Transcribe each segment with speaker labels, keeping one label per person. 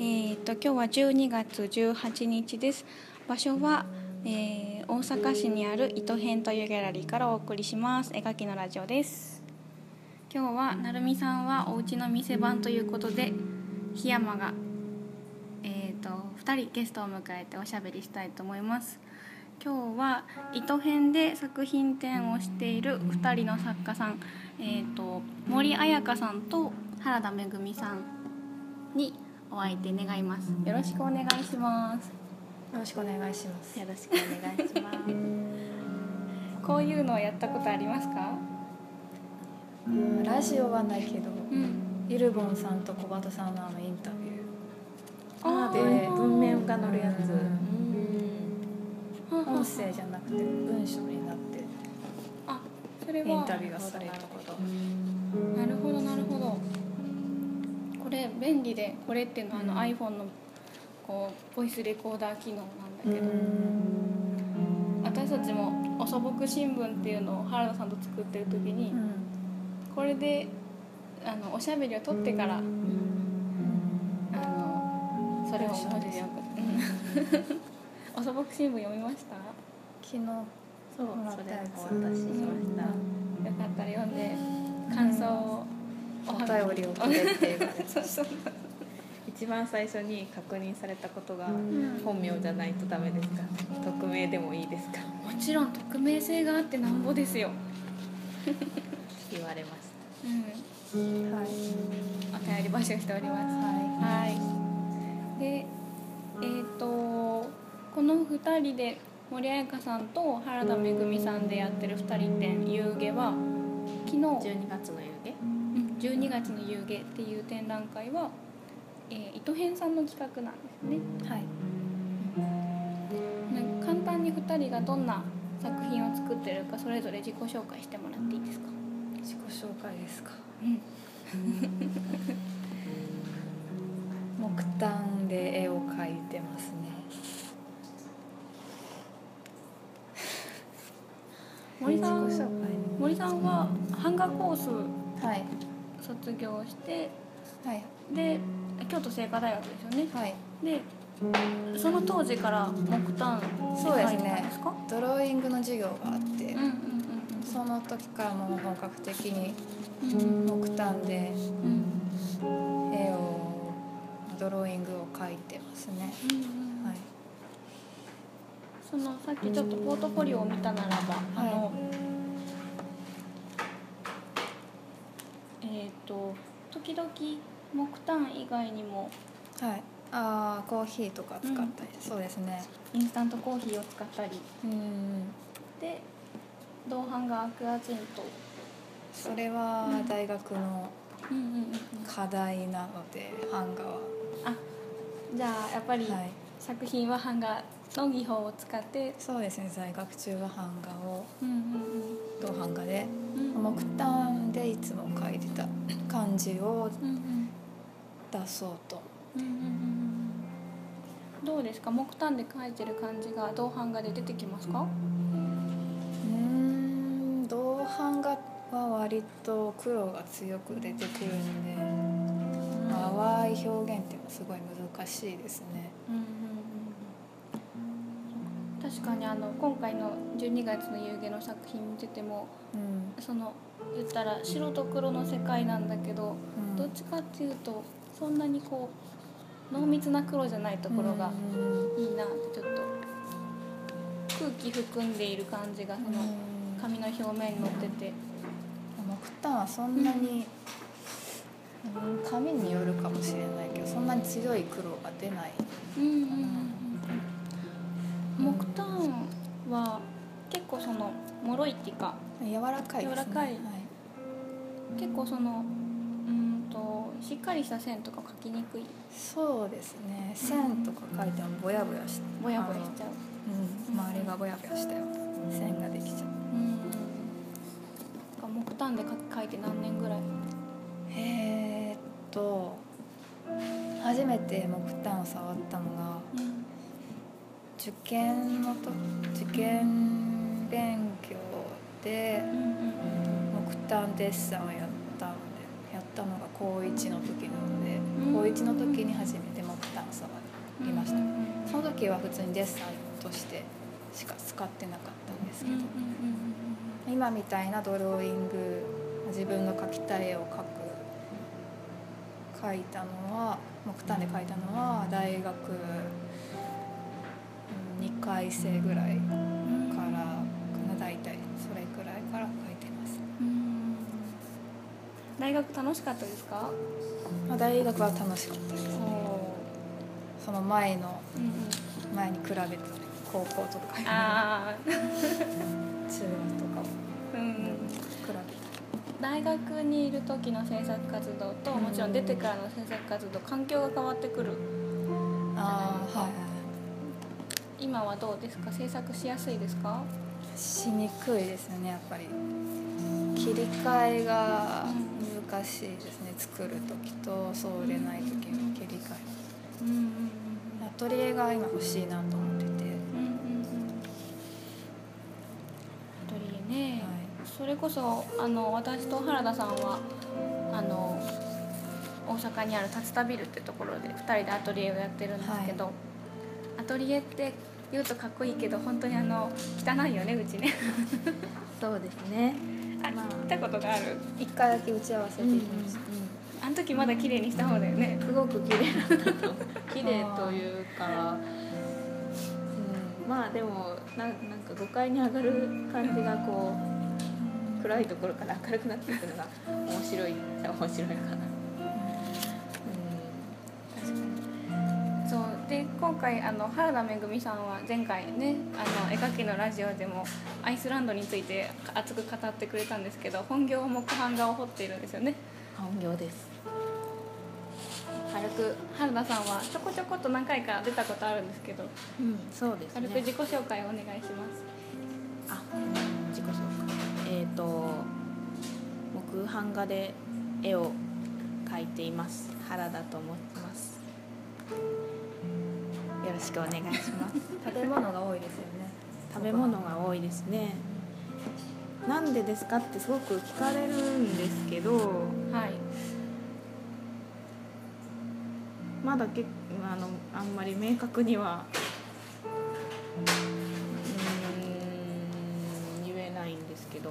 Speaker 1: 今日は12月18日です場所は、えー大阪市にある糸編というギャラリーからお送りします絵描きのラジオです今日はなるみさんはおうちの店番ということで檜山がえー、と2人ゲストを迎えておしゃべりしたいと思います今日は糸編で作品展をしている2人の作家さん、えー、と森彩香さんと原田めぐみさんにお相手願いますよろしくお願いします
Speaker 2: よろしくお願いします
Speaker 1: よろしくお願いしますこういうのはやったことありますか
Speaker 2: うんラジオはないけど、
Speaker 1: うん
Speaker 2: ゆるぼんさんと小畑さんのあのインタビ
Speaker 1: あ
Speaker 2: ューで文面が載るやつ、音
Speaker 1: 音
Speaker 2: 声じゃなくて文章になって
Speaker 1: あそれは
Speaker 2: インタビューがされるってこと
Speaker 1: なるほどなるほどこれ便利でこれっていうのはあの iPhone のこうボイスレコーダー機能なんだけど、私たちも「お素朴新聞」っていうのを原田さんと作ってる時に、
Speaker 2: うん
Speaker 1: これであのおしゃべりを取ってから、あのそれを文字で送るうん お素朴新聞読みました
Speaker 2: 昨日も
Speaker 3: そう、
Speaker 2: らっ
Speaker 3: そ
Speaker 2: た
Speaker 3: れ
Speaker 2: や
Speaker 3: お
Speaker 2: つ
Speaker 3: 渡ししました。
Speaker 1: よかったら読んで感想を
Speaker 2: お便りをくれって言われて
Speaker 1: そうそう
Speaker 3: 一番最初に確認されたことが、本名じゃないとダメですか。匿名でもいいですか。
Speaker 1: もちろん匿名性があってなんぼですよ、
Speaker 3: 言われまし
Speaker 1: うん、
Speaker 2: はい
Speaker 1: お便り募集しております
Speaker 2: は
Speaker 1: はいでえっ、とこの2人で森彩香さんと原田めぐみさんでやってる2人展「夕げは昨
Speaker 3: た。
Speaker 1: 日
Speaker 3: 十二月の夕げ。
Speaker 1: うん12月の夕げっていう展覧会は、えー、糸編さんの企画なんですね
Speaker 2: いはい
Speaker 1: なんか簡単に2人がどんな作品を作ってるかそれぞれ自己紹介してもらっていいですか
Speaker 2: 自己紹介ですか
Speaker 1: うん
Speaker 2: 木炭で絵を描いてますね
Speaker 1: 森さ
Speaker 2: 自己
Speaker 1: ん
Speaker 2: 紹介ね
Speaker 1: 森さんは版画コース
Speaker 2: はい
Speaker 1: 卒業して
Speaker 2: はい
Speaker 1: で京都精華大学ですよね
Speaker 2: はい
Speaker 1: でその当時から木炭
Speaker 2: そうですね
Speaker 1: で描いてたんですか
Speaker 2: ドローイングの授業があって、
Speaker 1: うんうん
Speaker 2: その時からもう本格的に
Speaker 1: うんうん
Speaker 2: 木炭で
Speaker 1: うんうん
Speaker 2: 絵をドローイングを描いてますね、
Speaker 1: うん
Speaker 2: はい、
Speaker 1: そのさっきちょっとポートフォリオを見たならば、あのえっ、と時々木炭以外にも
Speaker 2: はい、ああコーヒーとか使ったり、そうですね
Speaker 1: インスタントコーヒーを使ったり
Speaker 2: うん
Speaker 1: で銅版がアクアチンと、
Speaker 2: それは大学の
Speaker 1: うんうんうん、
Speaker 2: 課題なので版画は、
Speaker 1: あじゃあやっぱり
Speaker 2: はい、
Speaker 1: 作品は版画の技法を使って、
Speaker 2: そうですね在学中は版画を
Speaker 1: うん
Speaker 2: 銅版画で
Speaker 1: うんうん
Speaker 2: 木炭でいつも描いてた感じを
Speaker 1: うんうん
Speaker 2: 出そうと
Speaker 1: うんうんうんうんどうですか木炭で描いてる感じが銅版画で出てきますか、
Speaker 2: うん銅版画は割と黒が強く出てくるんで、淡い表現っていうのはすごい難しいですね
Speaker 1: うんうんうん確かにあの今回の12月の夕げの作品見てても
Speaker 2: うん、
Speaker 1: その言ったら白と黒の世界なんだけど
Speaker 2: うん
Speaker 1: どっちかっていうとそんなにこう濃密な黒じゃないところが
Speaker 2: うん
Speaker 1: いいなってちょっと空気含んでいる感じがその
Speaker 2: うん
Speaker 1: 紙の表面に乗ってて
Speaker 2: 木炭はそんなに、うん、紙によるかもしれないけどそんなに強い黒が出ない
Speaker 1: うんうんうんうん木炭は結構その脆いっていうか
Speaker 2: 柔らかいですね
Speaker 1: 柔らかい
Speaker 2: はい
Speaker 1: 結構そのうーんとしっかりした線とか描きにくい
Speaker 2: そうですね線とか書いてもぼやぼやして
Speaker 1: ぼやぼやしちゃう
Speaker 2: うん、周りがぼやぼやしたよ線ができちゃう
Speaker 1: うんなんか木炭で描描いて何年ぐらい
Speaker 2: えー、っと初めて木炭を触ったのが
Speaker 1: うん
Speaker 2: 受験のと受験勉強で
Speaker 1: うんうん
Speaker 2: 木炭デッサンをやったのでやったのが高1の時なので、
Speaker 1: うん
Speaker 2: 高1の時に初めて木炭を触っいました、
Speaker 1: うんうんうん
Speaker 2: その時は普通にデッサンとしてしか使ってなかったんですけど、今みたいなドローイング自分の描きたい絵を描く描いたのは木炭で描いたのは大学2回生ぐらいからかな大体それくらいから描いてます、
Speaker 1: うん大学楽しかったですか？
Speaker 2: まあ、大学は楽しかったです
Speaker 1: おお。
Speaker 2: その前の
Speaker 1: うんうん
Speaker 2: 前に比べて高校とか中
Speaker 1: ああ、
Speaker 2: 学とかを
Speaker 1: うん。
Speaker 2: 比べて
Speaker 1: 大学にいる時の制作活動ともちろん出てからの制作活動環境が変わってくる。
Speaker 2: ああはい
Speaker 1: 今はどうですか？制作しやすいですか？
Speaker 2: しにくいですよねやっぱり切り替えが難しいですね作る時とそうでない時の切り替
Speaker 1: うんうん
Speaker 2: えアトリエが今欲しいなと思ってて、
Speaker 1: うんうんうんうん。アトリエね。
Speaker 2: は
Speaker 1: それこそあの私と原田さんはあの大阪にある竜田ビルってところで2人でアトリエをやってるんですけど、アトリエって言うとかっこいいけど本当にあの汚いよねう ちね
Speaker 3: そうですね。
Speaker 1: あ
Speaker 3: まあ
Speaker 1: 行ったことがある
Speaker 2: い、1回だけ打ち合わせできました、
Speaker 1: あの時まだ綺麗にした方だよね
Speaker 3: すごく綺麗だったと綺麗というか、うん、まあでもななんか5階に上がる感じがこう暗いところから明るくなっていくのが面白いっちゃ面白いかな、うん、確かに
Speaker 1: そうで今回あの原田めぐみさんは前回ねあの絵描きのラジオでもアイスランドについて熱く語ってくれたんですけど本業は木版画を彫っているんですよね
Speaker 3: 本業です
Speaker 1: 軽く原田さんはちょこちょこっと何回か出たことあるんですけど
Speaker 3: うんそうです
Speaker 1: 軽く自己紹介をお願いします
Speaker 3: あ、うん自己紹介。えっ、と木版画で絵を描いています。原田と申します。よろしくお願いします。
Speaker 2: 食べ物が多いですよね
Speaker 3: 食べ物が多いですね。なんでですかってすごく聞かれるんですけど、
Speaker 1: はい
Speaker 3: まだけあのあんまり明確にはうーん言えないんですけど。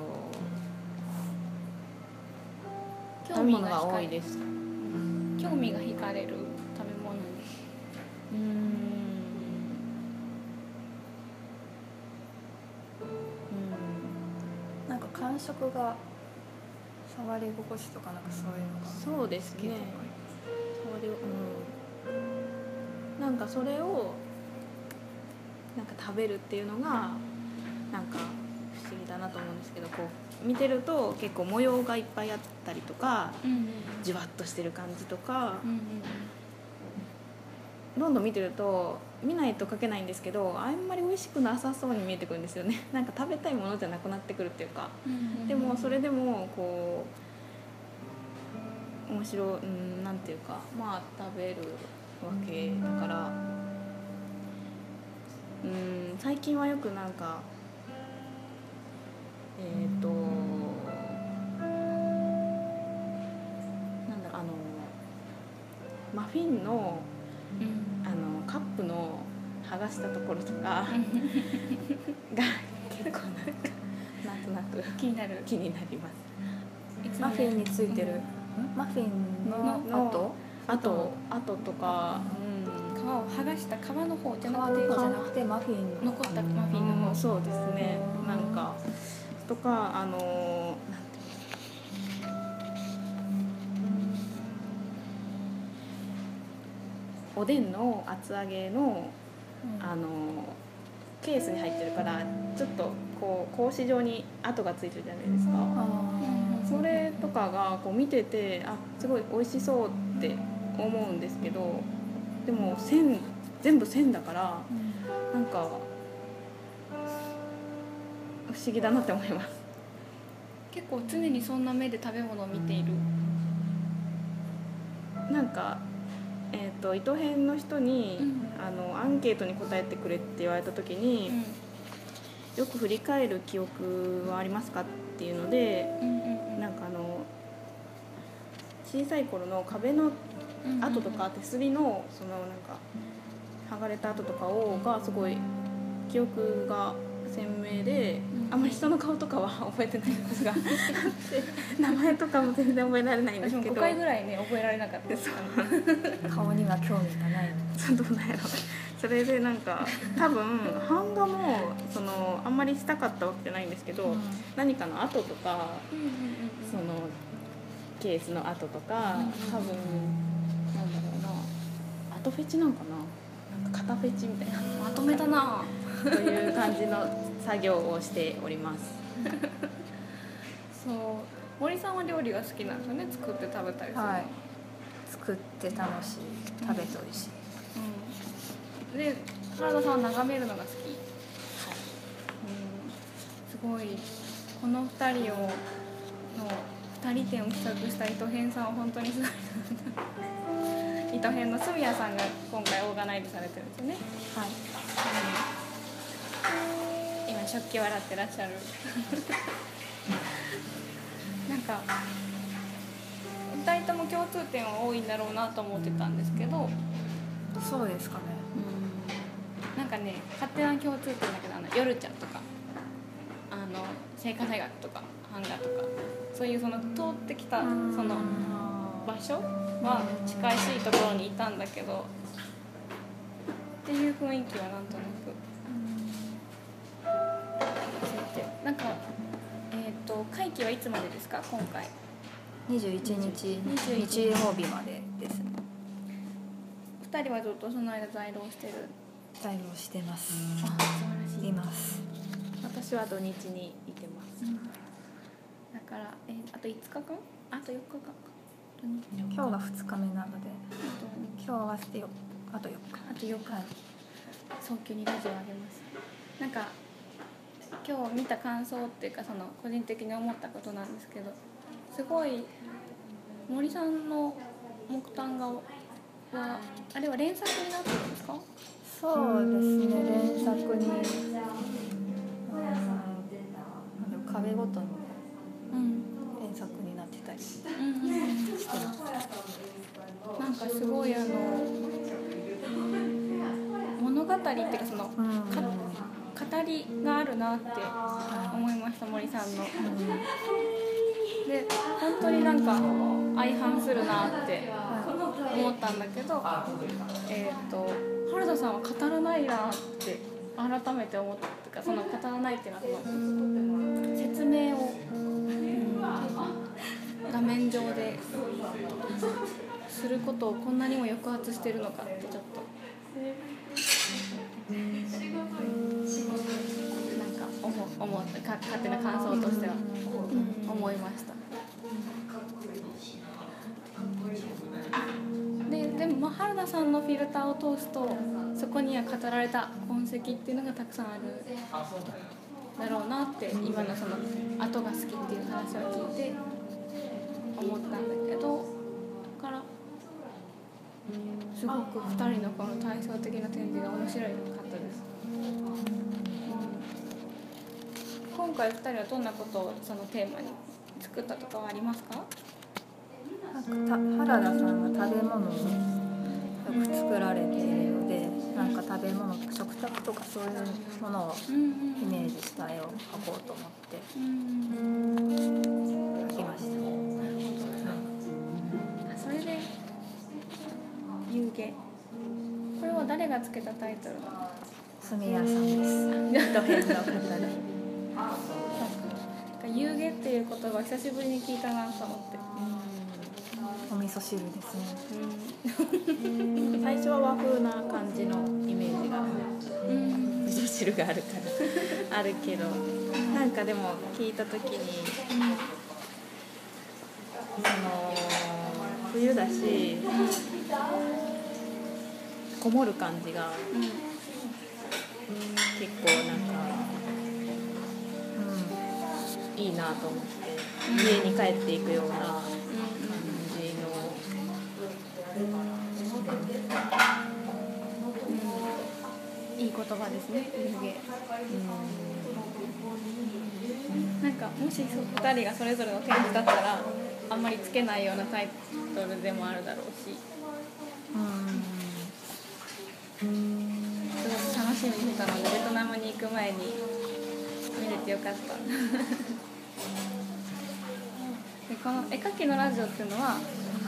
Speaker 3: 食べ物が多いです。
Speaker 1: 興味が惹かれる食べ物に
Speaker 3: うーん。
Speaker 2: なんか感触が触り心地とかなんかそういうのが
Speaker 3: うん、そうです
Speaker 2: 好き
Speaker 3: ね
Speaker 2: とか。
Speaker 3: それを、うん。なんかそれを。なんか食べるっていうのが。なんか。不思議だなと思うんですけど、こう。見てると、結構模様がいっぱいあったりとか。
Speaker 1: うん
Speaker 3: じわっとしてる感じとか。
Speaker 1: うん
Speaker 3: どんどん見てると見ないと書けないんですけどあんまり美味しくなさそうに見えてくるんですよね なんか食べたいものじゃなくなってくるっていうか
Speaker 1: うんうん
Speaker 3: でもそれでもこう面白いうんなんていうかまあ食べるわけだからうん最近はよくなんかえっ、となんだろうあのマフィンの
Speaker 1: うん
Speaker 3: あのカップの剥がしたところとかが結構なんかなんとなく
Speaker 1: 気になる
Speaker 3: 気になります
Speaker 1: いつも
Speaker 2: マフィンについてる、
Speaker 1: うん
Speaker 2: んマフィン
Speaker 1: の
Speaker 2: の後
Speaker 3: あとあととか
Speaker 1: 皮を剥がした皮の方じゃ
Speaker 2: 皮の
Speaker 1: なくて
Speaker 2: 方じゃなくてマフィンの
Speaker 1: 残ったマフ
Speaker 3: う
Speaker 1: ィン
Speaker 3: ん、
Speaker 1: の
Speaker 3: うん、
Speaker 1: 方
Speaker 3: そうですねなんかとかあのなんていうのおでんの厚揚げの
Speaker 2: うん
Speaker 3: あのケースに入ってるからちょっとこう格子状に跡がついてるじゃないですか
Speaker 2: あー
Speaker 3: それとかがこう見ててあすごい美味しそうって思うんですけどでも線全部線だからなんか不思議だなって思います
Speaker 1: 結構常にそんな目で食べ物を見ている
Speaker 3: なんかえー、と伊藤編の人に、
Speaker 1: うん
Speaker 3: あのアンケートに答えてくれって言われた時に、よく振り返る記憶はありますかっていうので
Speaker 1: うんうん
Speaker 3: なんかあの小さい頃の壁の
Speaker 1: うん
Speaker 3: 跡とか手すりのそのなんか剥がれた跡とかをがすごい記憶が鮮明で、あんまり人の顔とかは 覚えてないんで すが名前とかも全然覚えられないんで
Speaker 1: 私
Speaker 3: す
Speaker 1: も
Speaker 3: けど
Speaker 1: 5回ぐらいね覚えられなかったです
Speaker 2: 顔には興味がない
Speaker 3: ちょっとなんやろそれでなんか多分版画もそのあんまりしたかったわけじゃないんですけど、
Speaker 2: うん
Speaker 3: 何かの跡とかそのケースの跡とか、
Speaker 2: うん
Speaker 3: 多分なんだろうな跡フェチなんかななんか肩フェチみたいな
Speaker 1: まとめたな
Speaker 3: という感じの作業をしております
Speaker 1: そう森さんは料理が好きなんですよね作って食べたりするの
Speaker 2: はい作って楽しい食べておいしい、
Speaker 1: うん、で原田さんは眺めるのが好き、うん、すごいこの2人をの2人展を企画した伊藤編さんは本当にすごい伊藤編の角谷さんが今回オーガナイズされてるんですよね、
Speaker 2: はい
Speaker 1: うん今食器笑ってらっ しゃる なんか2人とも共通点は多いんだろうなと思ってたんですけど、
Speaker 2: そうですかね
Speaker 1: なんかね勝手な共通点だけどあの夜茶とかあの生化大学とか版画とかそういうその通ってきたその場所は近いしいところにいたんだけどっていう雰囲気はなんとなくついてなんかえっ、と会期はいつまでですか今回
Speaker 2: 21日
Speaker 1: 21
Speaker 2: 日曜日までですね
Speaker 1: 2人はずっとその間在労してる
Speaker 2: 対応してます
Speaker 1: あ素晴らし
Speaker 2: い
Speaker 1: い
Speaker 2: ます
Speaker 3: 私は土日にいてます
Speaker 1: だから、えーあと5日間あと4日間か
Speaker 2: 今日が2日目なので
Speaker 1: あと二
Speaker 2: 今日合わせてよあと4日
Speaker 1: あとよくある早急にラジオあげますなんか今日見た感想っていうかその個人的に思ったことなんですけどすごい森さんの木炭画はあれは連作になってるんですか
Speaker 2: そうですね連作にうんでも壁ごとに
Speaker 1: うん
Speaker 2: 連作になってたりして
Speaker 1: なんかすごいあの物語っていうかその
Speaker 2: うん
Speaker 1: か語りがあるなって思いました森さんの。で本当になんか相反するなって思ったんだけど、えっと原田さんは語らないなって改めて思ったっていうかその語らないっていうのはその説明を画面上ですることをこんなにも抑圧してるのかってちょっと。なんか思う思ったか勝手な感想としては思いました。ででもまあ原田さんのフィルターを通すとそこには語られた痕跡っていうのがたくさんあるだろうなって今のその後が好きっていう話を聞いて思ったんだけどだからすごく2人のこの対照的な展示が面白いかったです。今回2人はどんなことをそのテーマに作ったとかはありますか
Speaker 2: なんかた原田さんが食べ物をよく作られているのでなんか食べ物食卓とかそういうものを
Speaker 1: うんうん
Speaker 2: イメージした絵を描こうと思って
Speaker 1: うん
Speaker 2: 描きました。
Speaker 1: あそれで「夕げ」これは誰がつけたタイトルなの
Speaker 2: 住谷さんです。と変なお二人。
Speaker 1: なんか夕げっていう言葉久しぶりに聞いたなと思って、
Speaker 2: お味噌汁ですね。
Speaker 3: 最初は和風な感じのイメージが
Speaker 1: うん
Speaker 3: 味噌汁があるから あるけどなんかでも聞いた時にその冬だしこもる感じが結構なんか
Speaker 2: う
Speaker 3: いいなと思って家に帰っていくような感じの。
Speaker 1: いい言葉ですね夕げなんかもし2人がそれぞれの展示だったらあんまりつけないようなタイトルでもあるだろうし
Speaker 2: ん。うん。
Speaker 1: すごく楽しみにしたのでベトナムに行く前に見れて よかったでこの絵描きのラジオっていうのは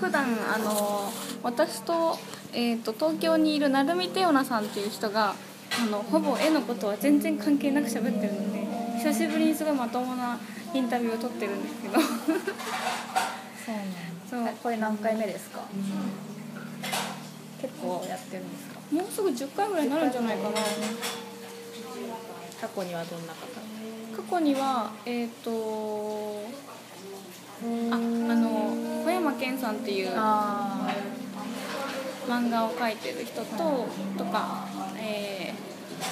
Speaker 1: 普段あの私と,、えー、と東京にいる成海テオナさんっていう人があのほぼ絵のことは全然関係なく喋ってるので久しぶりにすごいまともなインタビューを撮ってるんですけ ど
Speaker 2: そうなん
Speaker 1: そう
Speaker 2: えこれ何回目ですか、結構やってるんですか
Speaker 1: もうすぐ10回ぐらいになるんじゃないかな
Speaker 3: 過去にはどんな方
Speaker 1: 過去にはえっ、とああの小山健さんっていう
Speaker 2: あ
Speaker 1: 漫画を描いてる人ととか、えー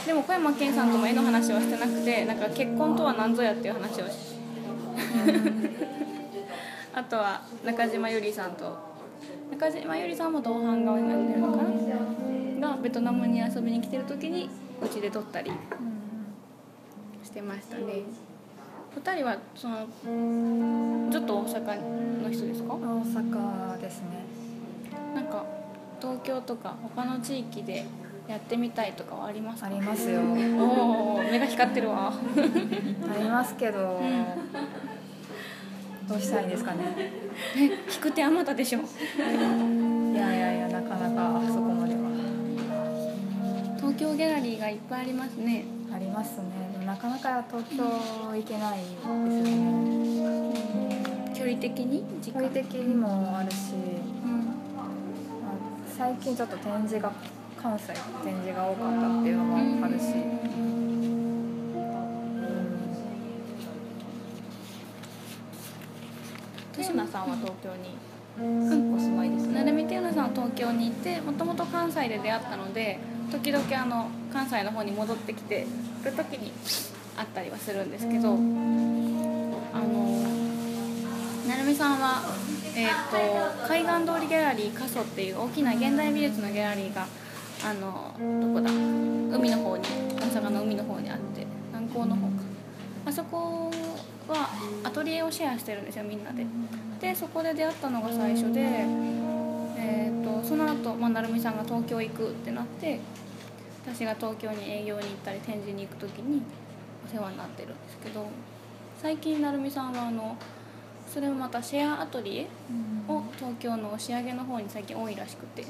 Speaker 1: でも小山健さんとも絵の話はしてなくてなんか結婚とは何ぞやっていう話をし あとは中島由里さんと中島由里さんも同伴顔になってるのかながベトナムに遊びに来てる時にうちで撮ったり
Speaker 2: あ、うん
Speaker 1: してましたね2人はそのちょっと大阪の人ですか
Speaker 2: 大阪ですね
Speaker 1: なんか東京とか他の地域でやってみたいとかはあります
Speaker 2: あ
Speaker 1: か
Speaker 2: りますよあ
Speaker 1: おお目が光ってるわ
Speaker 2: りますけど、どうしたらいいんですかね
Speaker 1: え引く手あまたでしょ
Speaker 2: いやいやいやなかなかそこまでは
Speaker 1: 東京ギャラリーがいっぱいありますね
Speaker 2: ありますねでもなかなか東京行けないですよね
Speaker 1: 距離的に時
Speaker 2: 距離
Speaker 1: 間
Speaker 2: 的にもあるし、
Speaker 1: うん
Speaker 2: まあ最近ちょっと展示が関西展示が多かったっていうのもあるし、
Speaker 3: テオナさんは東京にお住まいですね
Speaker 1: なるみてゆなさんは東京にいてもともと関西で出会ったので時々あの関西の方に戻ってきてる時に会ったりはするんですけどあのなるみさんは、えー、と海岸通りギャラリー過疎っていう大きな現代美術のギャラリーがあのどこだ海の方に大阪の海の方にあって南港の方かあそこはアトリエをシェアしてるんですよみんなで。でそこで出会ったのが最初で、えー、とその後、まあ成美さんが東京行くってなって私が東京に営業に行ったり展示に行く時にお世話になってるんですけど最近成美さんはあのそれもまたシェアアトリエを東京の押上の方に最近多いらしくて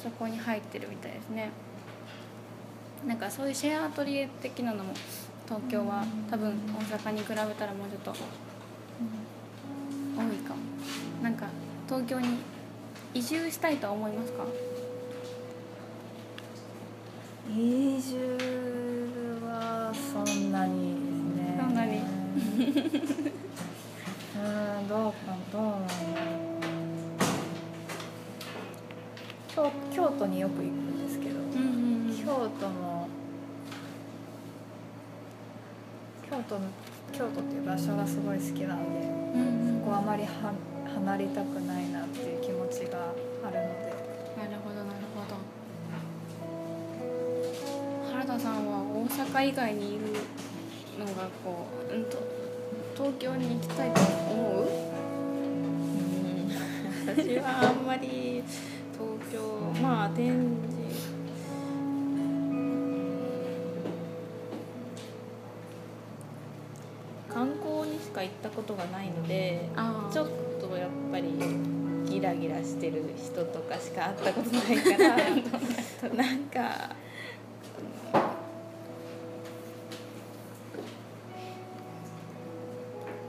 Speaker 1: そこに入ってるみたいですねなんかそういうシェアアトリエ的なのも東京は多分大阪に比べたらもうちょっと多いかもなんか東京に移住したいとは思いますか
Speaker 2: 移住はそんなにですね
Speaker 1: そんなに
Speaker 2: うんどうかどうなんだろう京京都によく行くんですけど、
Speaker 1: うんうん
Speaker 2: 京都も京都の京都っていう場所がすごい好きなんで
Speaker 1: うんうん
Speaker 2: こうあまりは離れたくないなっていう気持ちがあるの
Speaker 1: な
Speaker 2: で
Speaker 1: るほどなるほど原田さんは大阪以外にいるのがこううんと東京に行きたいと思う
Speaker 3: 私はあんまり東京まあ展示観光にしか行ったことがないので
Speaker 1: あ
Speaker 3: ちょっとやっぱりギラギラしてる人とかしか会ったことないから なんか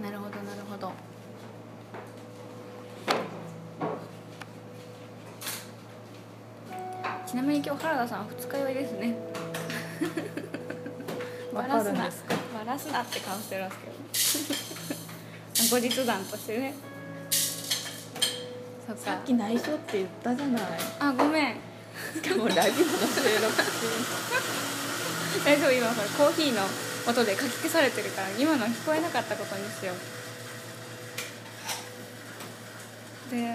Speaker 1: なるほどなるほどちなみに今日原田さんは二日酔いですね
Speaker 2: わかるんですか
Speaker 1: バラすなって顔してるんです けど後日談としてねそっ
Speaker 3: さ
Speaker 1: か
Speaker 3: っき内緒って言ったじゃない
Speaker 1: あごめん
Speaker 3: しか もラジオの収録
Speaker 1: 大丈夫今これコーヒーの音でかき消されてるから今の聞こえなかったことにしようで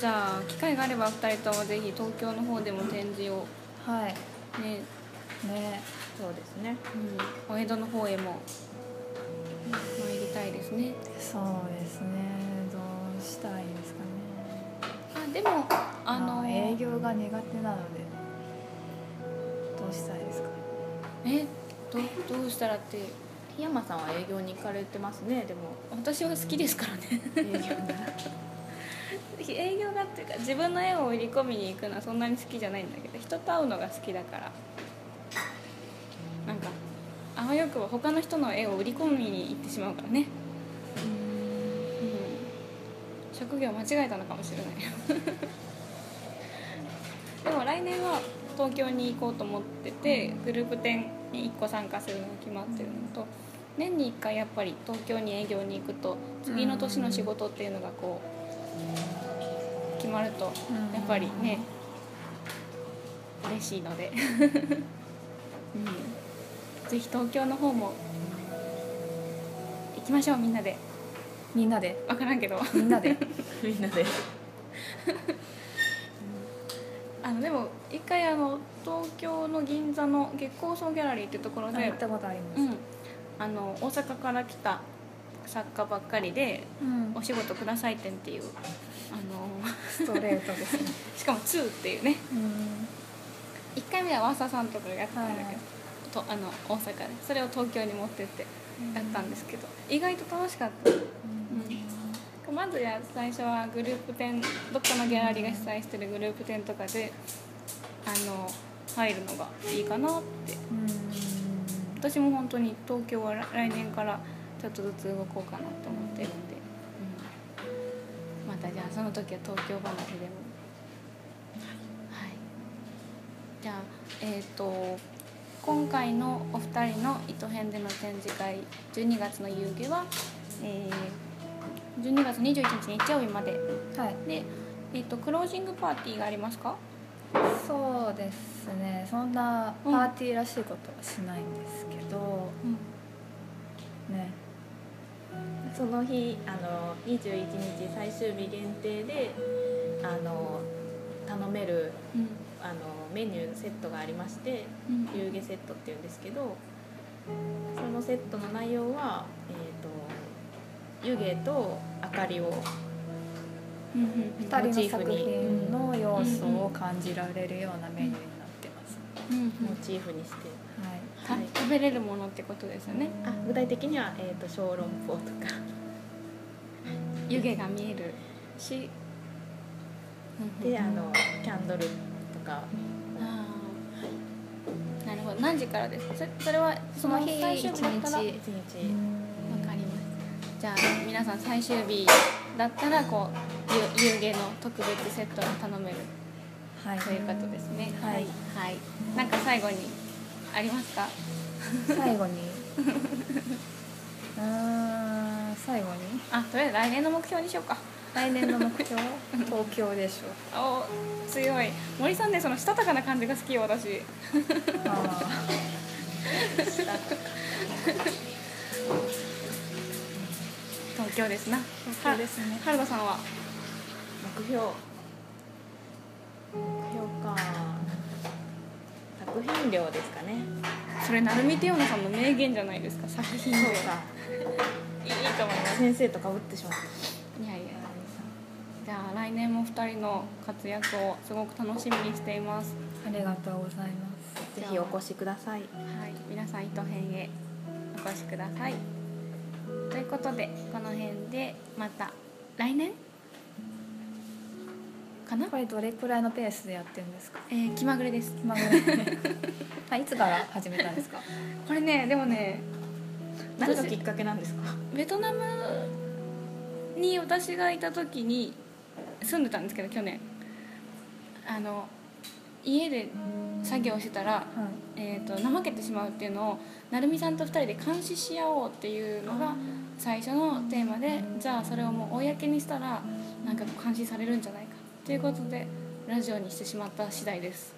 Speaker 1: じゃあ機会があれば2人ともぜひ東京の方でも展示を
Speaker 2: はい
Speaker 1: ね、
Speaker 2: ね
Speaker 3: そうですね
Speaker 1: お江戸の方へも参りたいですね
Speaker 2: そうですねどうしたらいいですかね
Speaker 1: あでもあの
Speaker 2: 営業が苦手なのでうしたいですか
Speaker 1: えどどうしたらって
Speaker 3: 檜山さんは営業に行かれてますねでも
Speaker 1: 私は好きですからね
Speaker 3: 営業
Speaker 1: 営業がっていうか自分の絵を売り込みに行くのはそんなに好きじゃないんだけど人と会うのが好きだからなんかあわよくば他の人の絵を売り込みに行ってしまうからねうん職業間違えたのかもしれない でも来年は東京に行こうと思っててグループ展に1個参加するのが決まってるのと年に1回やっぱり東京に営業に行くと次の年の仕事っていうのがこう決まるとやっぱりね嬉しいので、 うん、ぜひ東京の方も行きましょうみんなで
Speaker 2: みんなで
Speaker 1: 分からんけど。
Speaker 2: みんなで
Speaker 3: みんなで
Speaker 1: あのでも一回あの東京の銀座の月光荘ギャラリーっていうところ
Speaker 2: あ
Speaker 1: で
Speaker 2: 行ったことありま
Speaker 1: うん、あの大阪から来た作家ばっかりで
Speaker 2: す、うん
Speaker 1: 「お仕事ください展」っていうあの
Speaker 2: ストレートですね、
Speaker 1: しかも2っていうね
Speaker 2: うん
Speaker 1: 1回目は和田さんとかがやってたんだ
Speaker 2: は
Speaker 1: け
Speaker 2: い
Speaker 1: ど、とあの大阪でそれを東京に持ってってやったんですけど、意外と楽しかったまずや最初はグループ展どっかのギャラリーが主催してるグループ展とかであの入るのがいいかなって
Speaker 2: うん
Speaker 1: 私も本当に東京は来年からちょっとずつ動こうかなと思ってるんで、うんまたじゃあその時は東京話でもはい、じゃあえっ、と今回のお二人の糸編での展示会12月の夕日は、えー、12月21日日曜日まで
Speaker 2: はい
Speaker 1: で、えー、とクロージングパーティーがありますか
Speaker 2: そうですねそんなパーティーらしいことはしないんですけど、
Speaker 1: うん
Speaker 2: ね
Speaker 3: その日あの21日最終日限定であの頼める
Speaker 1: うん
Speaker 3: あのメニューセットがありまして
Speaker 1: うん
Speaker 3: 湯気セットっていうんですけどそのセットの内容は、えー、と湯気と明かりを
Speaker 1: うん
Speaker 2: 2人
Speaker 3: モチ
Speaker 2: の
Speaker 3: ーフ
Speaker 2: 作
Speaker 3: に
Speaker 2: 品の要素を感じられるようなメニューになってます、
Speaker 1: うんうん
Speaker 3: モチーフにして、
Speaker 2: はい
Speaker 1: た
Speaker 3: はい
Speaker 1: 食べれるものってことですよね
Speaker 3: あ具体的には、えー、と小籠包とか
Speaker 1: 湯気が見えるし、
Speaker 3: であ
Speaker 1: あ
Speaker 3: のキャンドルと
Speaker 1: あ
Speaker 3: か
Speaker 1: ーなるほど何時からですかそれそれはその日最終日だったら
Speaker 2: その
Speaker 1: わ
Speaker 2: 日
Speaker 1: か
Speaker 3: 一日、
Speaker 1: りますじゃあ皆さん最終日だったらこうゆ湯気の特別セットを頼める
Speaker 2: はい
Speaker 1: ということですね
Speaker 2: はい
Speaker 1: はいなんか最後にありますか
Speaker 2: 最後にうーん最後に
Speaker 1: あとりあえず来年の目標にしようか
Speaker 2: 来年の目標東京でしょ
Speaker 1: お強い森さんねそのしたたかな感じが好きよ私
Speaker 2: あ
Speaker 1: 東京ですな
Speaker 2: 東京ですね
Speaker 1: はるかさんは
Speaker 3: 目標目標か作品量ですかね
Speaker 1: それ成海テヨナさんの名言じゃないですか作品
Speaker 3: そう
Speaker 1: 量が
Speaker 3: か
Speaker 1: いいと思います
Speaker 3: 先生とかぶってしまった
Speaker 1: いやいやじゃあ来年も2人の活躍をすごく楽しみにしています
Speaker 2: ありがとうございます
Speaker 3: ぜひお越しくださ
Speaker 1: は
Speaker 3: い
Speaker 1: い皆さん糸編へお越しくださいということでこの辺でまた来年かな
Speaker 2: これどれくらいのペースでやってるん ですか
Speaker 1: えー、気まぐれです
Speaker 2: 今ぐらいあいつから始めたんですか
Speaker 1: これねでもね
Speaker 3: 何がきっかけなんですか
Speaker 1: ベトナムに私がいた時に住んでたんですけど去年あの家で作業してたら、
Speaker 2: はい
Speaker 1: えー、と怠けてしまうっていうのを成美さんと2人で監視し合おうっていうのが最初のテーマでじゃあそれをもう公にしたらなんか監視されるんじゃないかということでラジオにしてしまった次第です。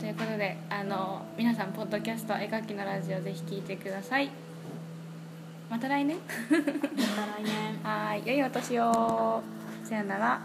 Speaker 1: ということであの皆さんポッドキャスト絵描きのラジオぜひ聞いてくださいまた来年
Speaker 3: また来年
Speaker 1: はーい良いお年をさよなら